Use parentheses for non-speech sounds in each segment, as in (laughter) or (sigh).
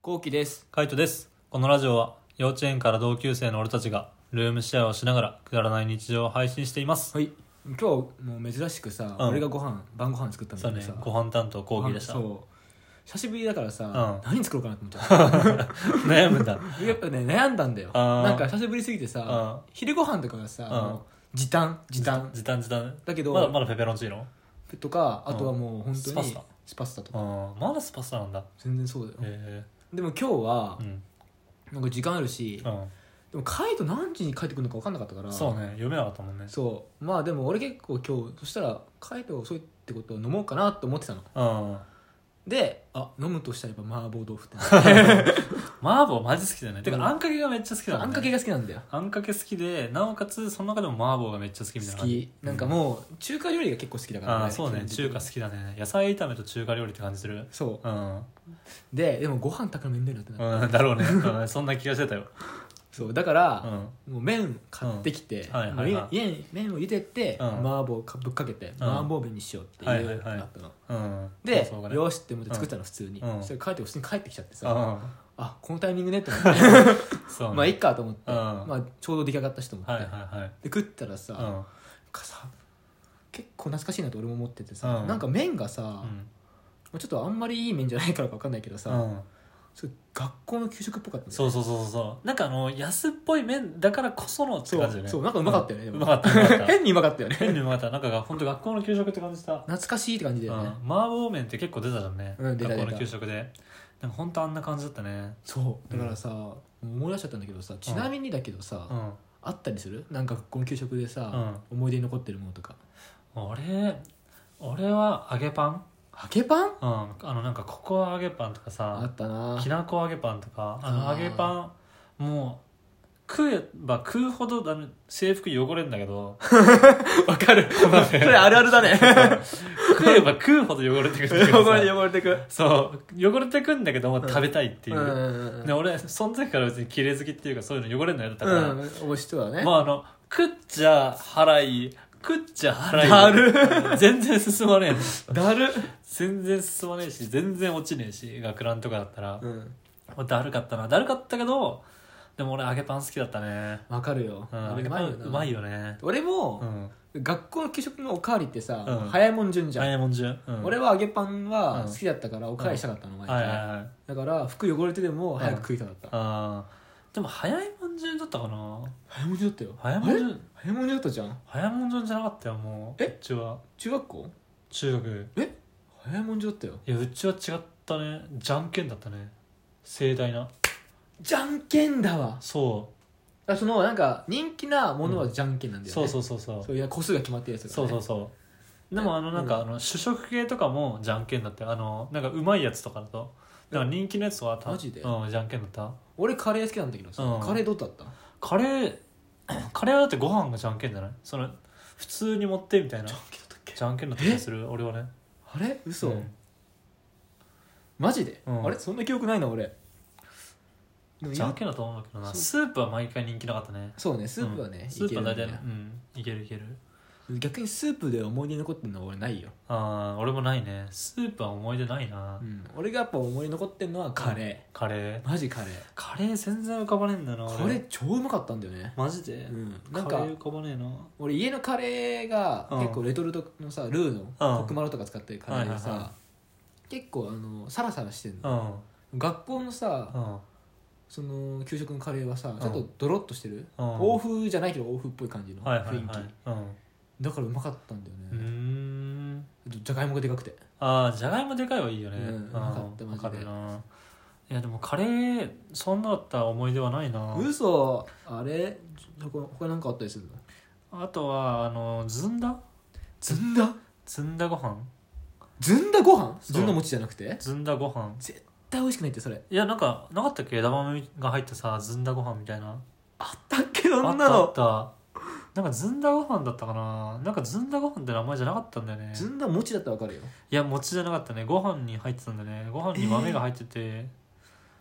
こうきです。カイトですこのラジオは幼稚園から同級生の俺たちがルームシェアをしながらくだらない日常を配信しています、はい。今日もう珍しくさ、うん俺がご飯晩ご飯作ったんだそうけどねさ、ご飯担当講義でしたそう。久しぶりだからさ、う何作ろうかなと思っちゃっ悩むんだ (laughs) た。やっぱね悩んだんだよ。あーなんか久しぶりすぎてさあ、昼ご飯とかがさ、んもう時短時短時短時短だけどまだまだペペロンチーノとか、あとはもう本当にスパスタスパスタとかうんまだスパスタなんだへ全然そうだよ。えでも今日はうんなんか時間あるしう、んでもカイト何時に帰ってくるのか分かんなかったから。そうね読めなかったもんねそうまあでも俺結構今日そしたらカイトが遅いってことを飲もうかなと思ってたのうんであ飲むとしたらやっぱ麻婆豆腐ってな麻婆マジ好きだよねてうんか (laughs) あんかけがめっちゃ好きだもんねあんかけが好きなんだよあんかけ好きでなおかつその中でも麻婆がめっちゃ好きみたい好な感じきなんかもう中華料理が結構好きだからああそうね基本的中に華好きだね野菜炒めと中華料理って感じするそうんうででもご飯炊くのめんどいなってなって、うんだろうねうんそんな気がしてたよそうだかうら、んもう麺買ってきて、うんはいはいはもいう家に麺を茹でて、うん麻婆かぶっかけて、ん麻婆麺にしようってはいいはいうのはいがあったの、うんで、そうがねよしって思って作ったの普通に、うんそれ帰って普通に帰ってきちゃってさ、うんあこのタイミングねって思って (laughs) そうねまあいっかと思って、うんまあ、ちょうど出来上がったしと思って、はいはいはいで食ったらさ,、うんかさ結構懐かしいなと俺も思っててさ、うんなんか麺がさ、うまんあちょっとあんまりいい麺じゃないからか分かんないけどさ、うんすごい学校の給食っぽかったねそうそうそうそうなんかあの安っぽい麺だからこそのってそ感じだようねそうなんかうまかったよね、でうもうまかったうまかった変にうまかったよね変にうまかったなんかが本当学校の給食って感じした懐かしいって感じうだんよね、麻婆麺って結構出たじゃんねうん出た学校出たの給食でなんか本当あんな感じだったねそうだからさ、思い出しちゃったんだけどさちなみにだけどさ、うんあったりするなんか学校の給食でさ、思い出に残ってるものとか俺俺は揚げパンはけパンうんあのなんかココア揚げパンとかさあったなきなこ揚げパンとかああのー揚げパンもう食えば食うほどあの制服汚れんだ (laughs) けどわかるそれあるあるだね食えば食うほど汚れてくるっていうかさ (laughs) 汚れて汚れてくそう汚れてくんだけども食べたいっていう、うんうんで俺その時から別に綺麗好きっていうかそういうの汚れんのやだったから、うん面白いわね、まああの食っちゃ払い食っちゃ払いだる全然進まねえのだる、全然進まねえし全然落ちねえし学ランとかだったら、うん、だるかったなだるかったけどでも俺揚げパン好きだったねわかるよ、うんあれう揚げパまいよンなうまいよね俺うも、ん学校の給食のおかわりってさ、うん早いもん順じゃん、早いもんじゅんうん俺はは揚げパンはうん好きだったからおかわりしたかったの、前はいはいはいだから服汚れてでも早く食いたかった、あーでも早いもんじゅんだったかな早いもん順だったよ早いもんじゅあれん早いもん順だったじゃん早いもんじゅんじゃなかったよもうえうちは中学校中学え早いもん順だったよいやうちは違ったねじゃんけんだったね盛大なじゃんけんだわそあそのなんか人気なものはじゃんけんなんうだよね、そうそうそうそうそういや個数が決まってるやつそうそううそうでもあのなんかあの主食系とかもじゃんけんだってあのなんかうまいやつとかだとだから人気のやつとかたマジでうんじゃんけんだった俺カレー好きなんだけどさ、うんカレーどうだったカレーカレーはだってご飯がじゃんけんじゃないその普通に持ってみたいなじけんだったっけゃんけんだった気がする俺はねあれ嘘、んマジで、うんあれそんな記憶ないな俺でもじゃんけんだと思うんだけどなそうスープは毎回人気なかったねそうねスープはね、うんいスープは大ける体んだようんいけるいける逆にスープで思い出に残ってるのは俺ないよ、ああ俺もないねスープは思い出ないな、うん、俺がやっぱ思い出に残ってるのはカレカレーーマジカレーカレー全然浮かばねえんだよな俺カレー超うまかったんだよね、マジで、うん、ななんんかカかレー浮かばねえな俺家のカレーがうん結構レトルトのさルーうのんコクマロとか使ってるカレーがさ、はいはいは結構あのサラサラしてるうの、ん学校のさ、うんその給食のカレーはさんちょっとドロッとしてる、うん欧風じゃないけど欧風っぽい感じのはい雰囲は気、いはいうんだからうまかったんだようーね、んじゃがいもがでかくてああじゃがいもでかいはいいよね、うんうんうまかったマジでわかるないやでもカレーそんなだった思い出はないな嘘あれ他他なんかあったりするのあとはあのずんだずんだずんだご飯ずんだご飯そうずんだ餅じゃなくて絶ずんだご飯対美味しくないってそれいやなんかなかったっけ枝豆が入ったさずんだご飯みたいなあったっけどあそっんたなあのったなんかずんだご飯だったかななんかずんだご飯って名前じゃなかったんだよねずんだ餅だったらわかるよいや餅じゃなかったねご飯に入ってたんだねご飯に豆が入ってて、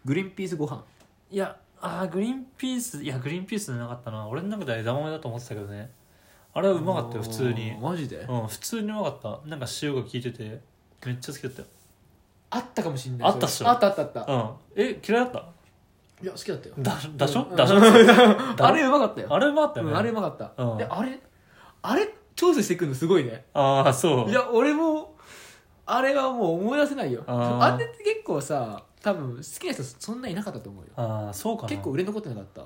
グリーンピースご飯いやあーグリーンピースいやグリーンピースじゃなかったな俺の中では枝豆だと思ってたけどねあれはうまかったよ普通にあーマジでうん普通にうまかったなんか塩が効いててめっちゃ好きだったよあったかもしれないあったっしょあったあったあったうんえ嫌いだったいや好きだったよだだしょうんだしょあれうまかったよ (laughs) あれもあったようね、んあれうまかったうんであれあれ調整していくのすごいねああそういや俺もあれはもう思い出せないよあーあれって結構さ多分好きな人そんないなかったと思うよああそうかな結構売れ残ってなかった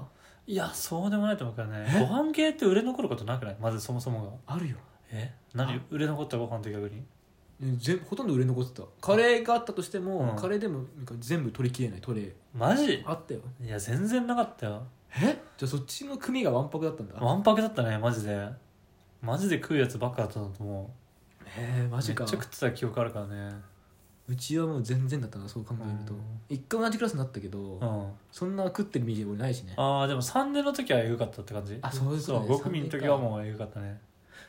いやそうでもないと思うけどねご飯系って売れ残ることなくないまずそもそもがあるよえあ何売れ残ったご飯って逆にうん全ほとんど売れ残ってたカレーがあったとしても、うんカレーでもなんか全部取りきれないトレーマジあったよいや全然なかったよえじゃあそっちの組がわんぱくだったんだわんぱくだったねマジでマジで食うやつばっかだったのと思えー、うマジかめっちゃ食ってた記憶あるからねうちはもう全然だったなそう考えるとうん一回同じクラスになったけど、うんそんな食ってるイメージ俺ないしねああでも3年の時はえぐかったって感じあそういうことね5組の時はもうえぐかったね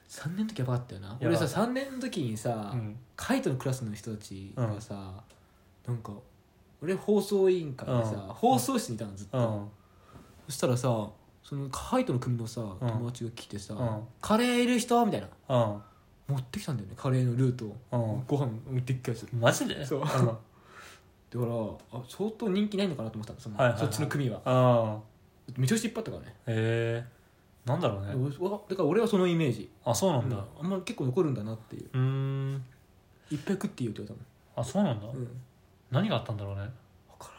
3年の時やばかったよなやば俺いさ3年の時にさ、うんカイトのクラスの人たちがさ、なんか俺放送委員会でさ、うん放送室にいたのずっと、うんそしたらさそのカイトの組のさん友達が来てさ「うんカレーいる人?」みたいなうん持ってきたんだよねカレーのルートを、うんご飯持ってきたやつだかマジでそうんあらあ相当人気ないのかなと思ってたのその、はいはいはいそっちの組はあめちゃくちゃいっぱいあったからね、へえなんだろうねで俺はだから俺はそのイメージあそうなうんんだあんま結構残るんだなっていううーんいっぱい食っていいよって言われあそうなんだたもん、うん、何があったんだろうね分か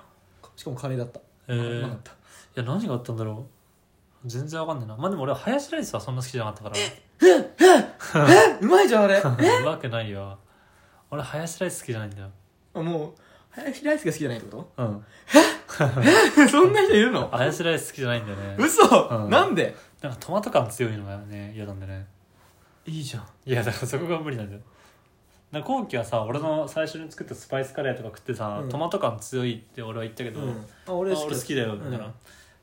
らんしかもカレーだった、へうえまかったいや何があったんだろう全然わかんないなまあでも俺はハヤシライスはそんな好きじゃなかった (laughs) からえうまいじゃん (laughs) あれうまくないよ俺ハヤシライス好きじゃないんだよあもう林大輔が好きじゃないって (laughs) こうんとそんな人いるのハヤシライス好きじゃないんだよね嘘、うんなんでなんかトマト感強いのがね嫌なんだよねいいじゃんいやだからそこが無理なんだよだから後期はさ俺の最初に作ったスパイスカレーとか食ってさ、うんトマト感強いって俺は言ったけど、あ俺あ俺好きだよみたいな、うん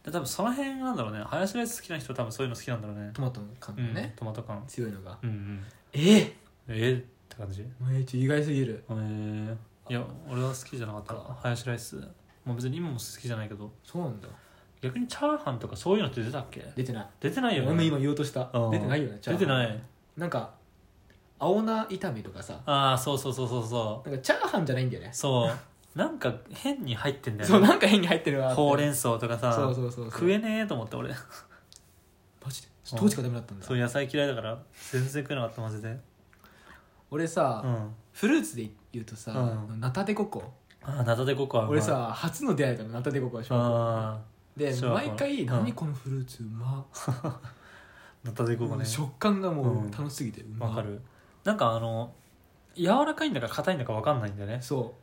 で多分その辺なんだろうねハヤシライス好きな人は多分そういうの好きなんだろうねトマトの感うん覚ね、トマト感強いのがうんうんえええって感じめっちゃ意外すぎるえー、いや俺は好きじゃなかったあハヤシライスもう別に今も好きじゃないけどそうなんだ逆にチャーハンとかそういうのって出たっけ出てない出てないよね俺も今言おうとしたうん出てないよねチャーハ出ンてないなんか青菜炒めとかさああそうそうそうそうそなんかチャーハンじゃないんだよねうそうなんか変に入ってんだそうよねなんか変に入ってるわってほうれん草とかさそうそうそうそう食えねえと思って俺マジで当時からダメだったんだそう野菜嫌いだから全然食えなかったマジで俺うさんフルーツで言うとさうナタデココああナタデココはうまい俺さ初の出会いだからナタデココは小学校あで小学校毎回「うん何このフルーツうまーナタデココね食感がもうんう楽しすぎてうまわかるなんかあの柔らかいんだか硬いんだかわかんないんだよねそ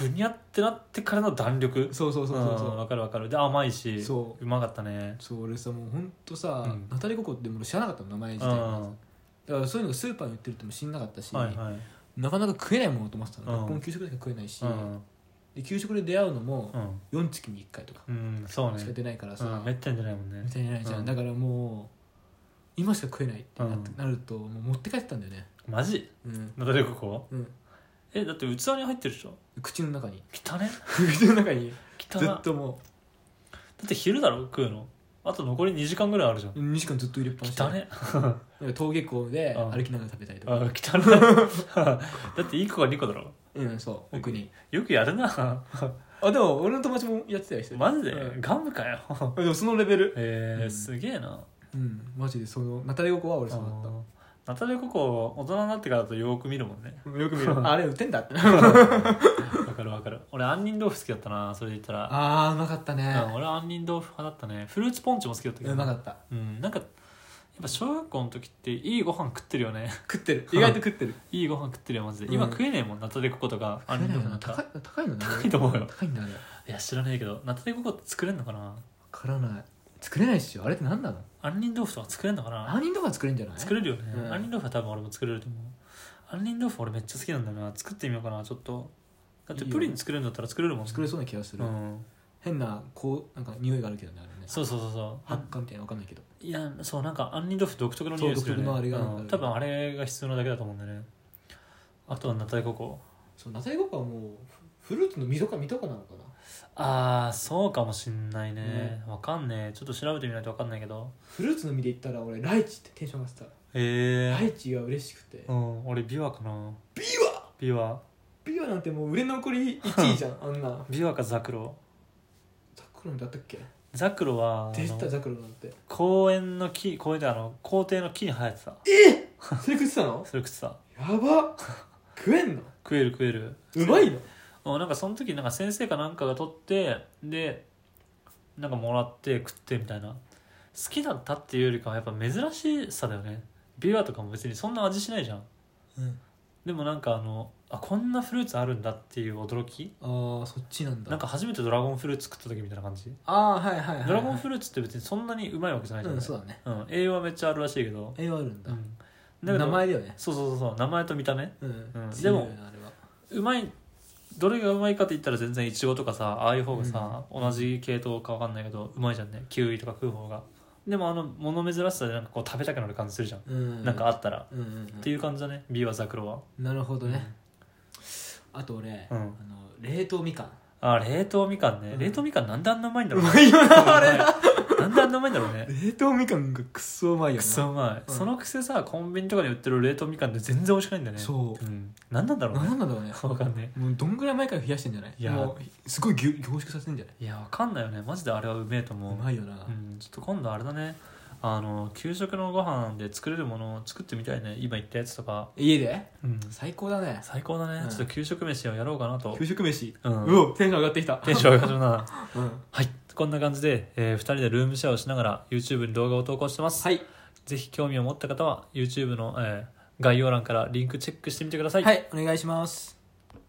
ぐにゃってなってからの弾力うそうそうそうそううんそわかるわかるで甘いしそうまかったねうそう俺さもうほんとさうんナタデココってもう知らなかったの名前うん自体がはだからそういうのがスーパーに売ってるっても知んなかったしいはいなかなか食えないものと思ってたのうん学校の給食でしか食えないしうんで給食で出会うのもうん4月に1回とかうんそうしねか出ないからうさんめったに出ないもんねみたいになるじゃん、うんだからもう今しか食えないってな,、うんなるともう持って帰ってたんだよねマジうん、ナタデココうん、えだって器に入ってるでしょ口の (laughs) 中に汚ね口の中に汚ずなだっともって昼だろ食うのあと残り2時間ぐらいあるじゃんう2時間ずっと入れっぱなしで汚ねなんか登下校でうん歩きながら食べたりとあか汚ね (laughs) だって1個か2個だろうんそう奥によくやる (laughs) なあでも俺の友達もやってたよ一人マジでうんガム (laughs) かよあでもそのレベルえうーんすげえなうんマジでそのナタデココは俺そうだっナタデココ大人になってからだとよく見るもんねたよく見る (laughs) あれ売ってんだってあわかるわかる俺杏仁豆腐好きだったなそれで言ったらあうまかったうんね俺は杏仁豆腐派だったねフルーツポンチも好きだったけどうまかったうんなんかやっぱ小学校の時っていいご飯食ってるよね (laughs) 食ってる意外と食ってるいいご飯食ってるよマジでうん今食えねえもんナタデココとか杏仁豆腐なん高かい高いのね高いと思うよ高いんだあれいや知らねえけどナタデココって作れんのかなわからない作れないっしょあれって何なの杏仁豆腐とか作れんのかな何人とか作れるんじゃない作れるよね、うん杏仁豆腐は多分俺も作れると思う杏仁豆腐俺めっちゃ好きなんだよな作ってみようかなちょっとだっていいよプリン作れるんだったら作れるもんね作れそうな気がする、うん変なこうなんか匂いがあるけどねあれねそうそうそうそう発火みたいなのわかんないけどいやそうなんか杏仁豆腐独特の匂いするよねそう独特のあれがうん多分あれが必要なだけだと思うんだよねあとはナタデココそうナタデココはもうフルーツの実とか実とかなのかなああそうかもしんないねわかんねえちょっと調べてみないとわかんないけどフルーツの実で言ったら俺ライチってテンション上がってた、へえライチが嬉しくて、うん俺ビワかなビワビワビワなんてもう売れ残り1位じゃんあんなビワかザクロザクロにだったっけザクロはあ出たのザクロなんて公園の木公園であの校庭の木に生えてたそれ食ってたのそれ食ってたやば食えんの食える食えるうまいのうんなんかその時なんか先生かなんかが取ってでなんかもらって食ってみたいな好きだったっていうよりかはやっぱ珍しさだよねビワとかも別にそんな味しないじゃん、うんでもなんかあのあこんなフルーツあるんだっていう驚きああそっちなんだなんか初めてドラゴンフルーツ食った時みたいな感じああーはいはいはいはいドラゴンフルーツって別にそんなにうまいわけじゃないじゃうんん、そうだねうん、栄養はめっちゃあるらしいけど、栄養あるんうだん、だけど名前だよねそうそうそうそう名前と見た目うんうん強いよねであれはうまいどれがうまいかって言ったら全然いちごとかさああいう方がさ、同じ系統か分かんないけどうまいじゃんねキウイとか食う方がでもあの物珍しさでなんかこう食べたくなる感じするじゃん、うんなんかあったら、うんうんうんっていう感じだねビワザクロはなるほどねあと俺うんあの冷凍みかんあ冷凍みかんね、うん冷凍みかんなんであんなうまいんだろううまいよなあれなんであんなうまいんだろうね冷凍みかんがクソうまいよくそうまい、うんそのくせさコンビニとかで売ってる冷凍みかんって全然美味しくないんだよね、そうん何なんだろうね何なんだろうね分かんねもうどんぐらい前から冷やしてんじゃないいやもうすごいぎゅ凝縮させてんじゃないいや分かんないよねマジであれはうめえと思ううまいよなうん、ちょっと今度あれだねあの給食のご飯で作れるものを作ってみたいね今言ったやつとか、家でうん、最高だね最高だね、うんちょっと給食飯をやろうかなと給、食飯う、うんおテンション上がってきたテンション上がるなうんはいこんな感じで、え2人でルームシェアをしながら YouTube に動画を投稿してます、はいぜひ興味を持った方は YouTube の、えー概要欄からリンクチェックしてみてくださいはいお願いします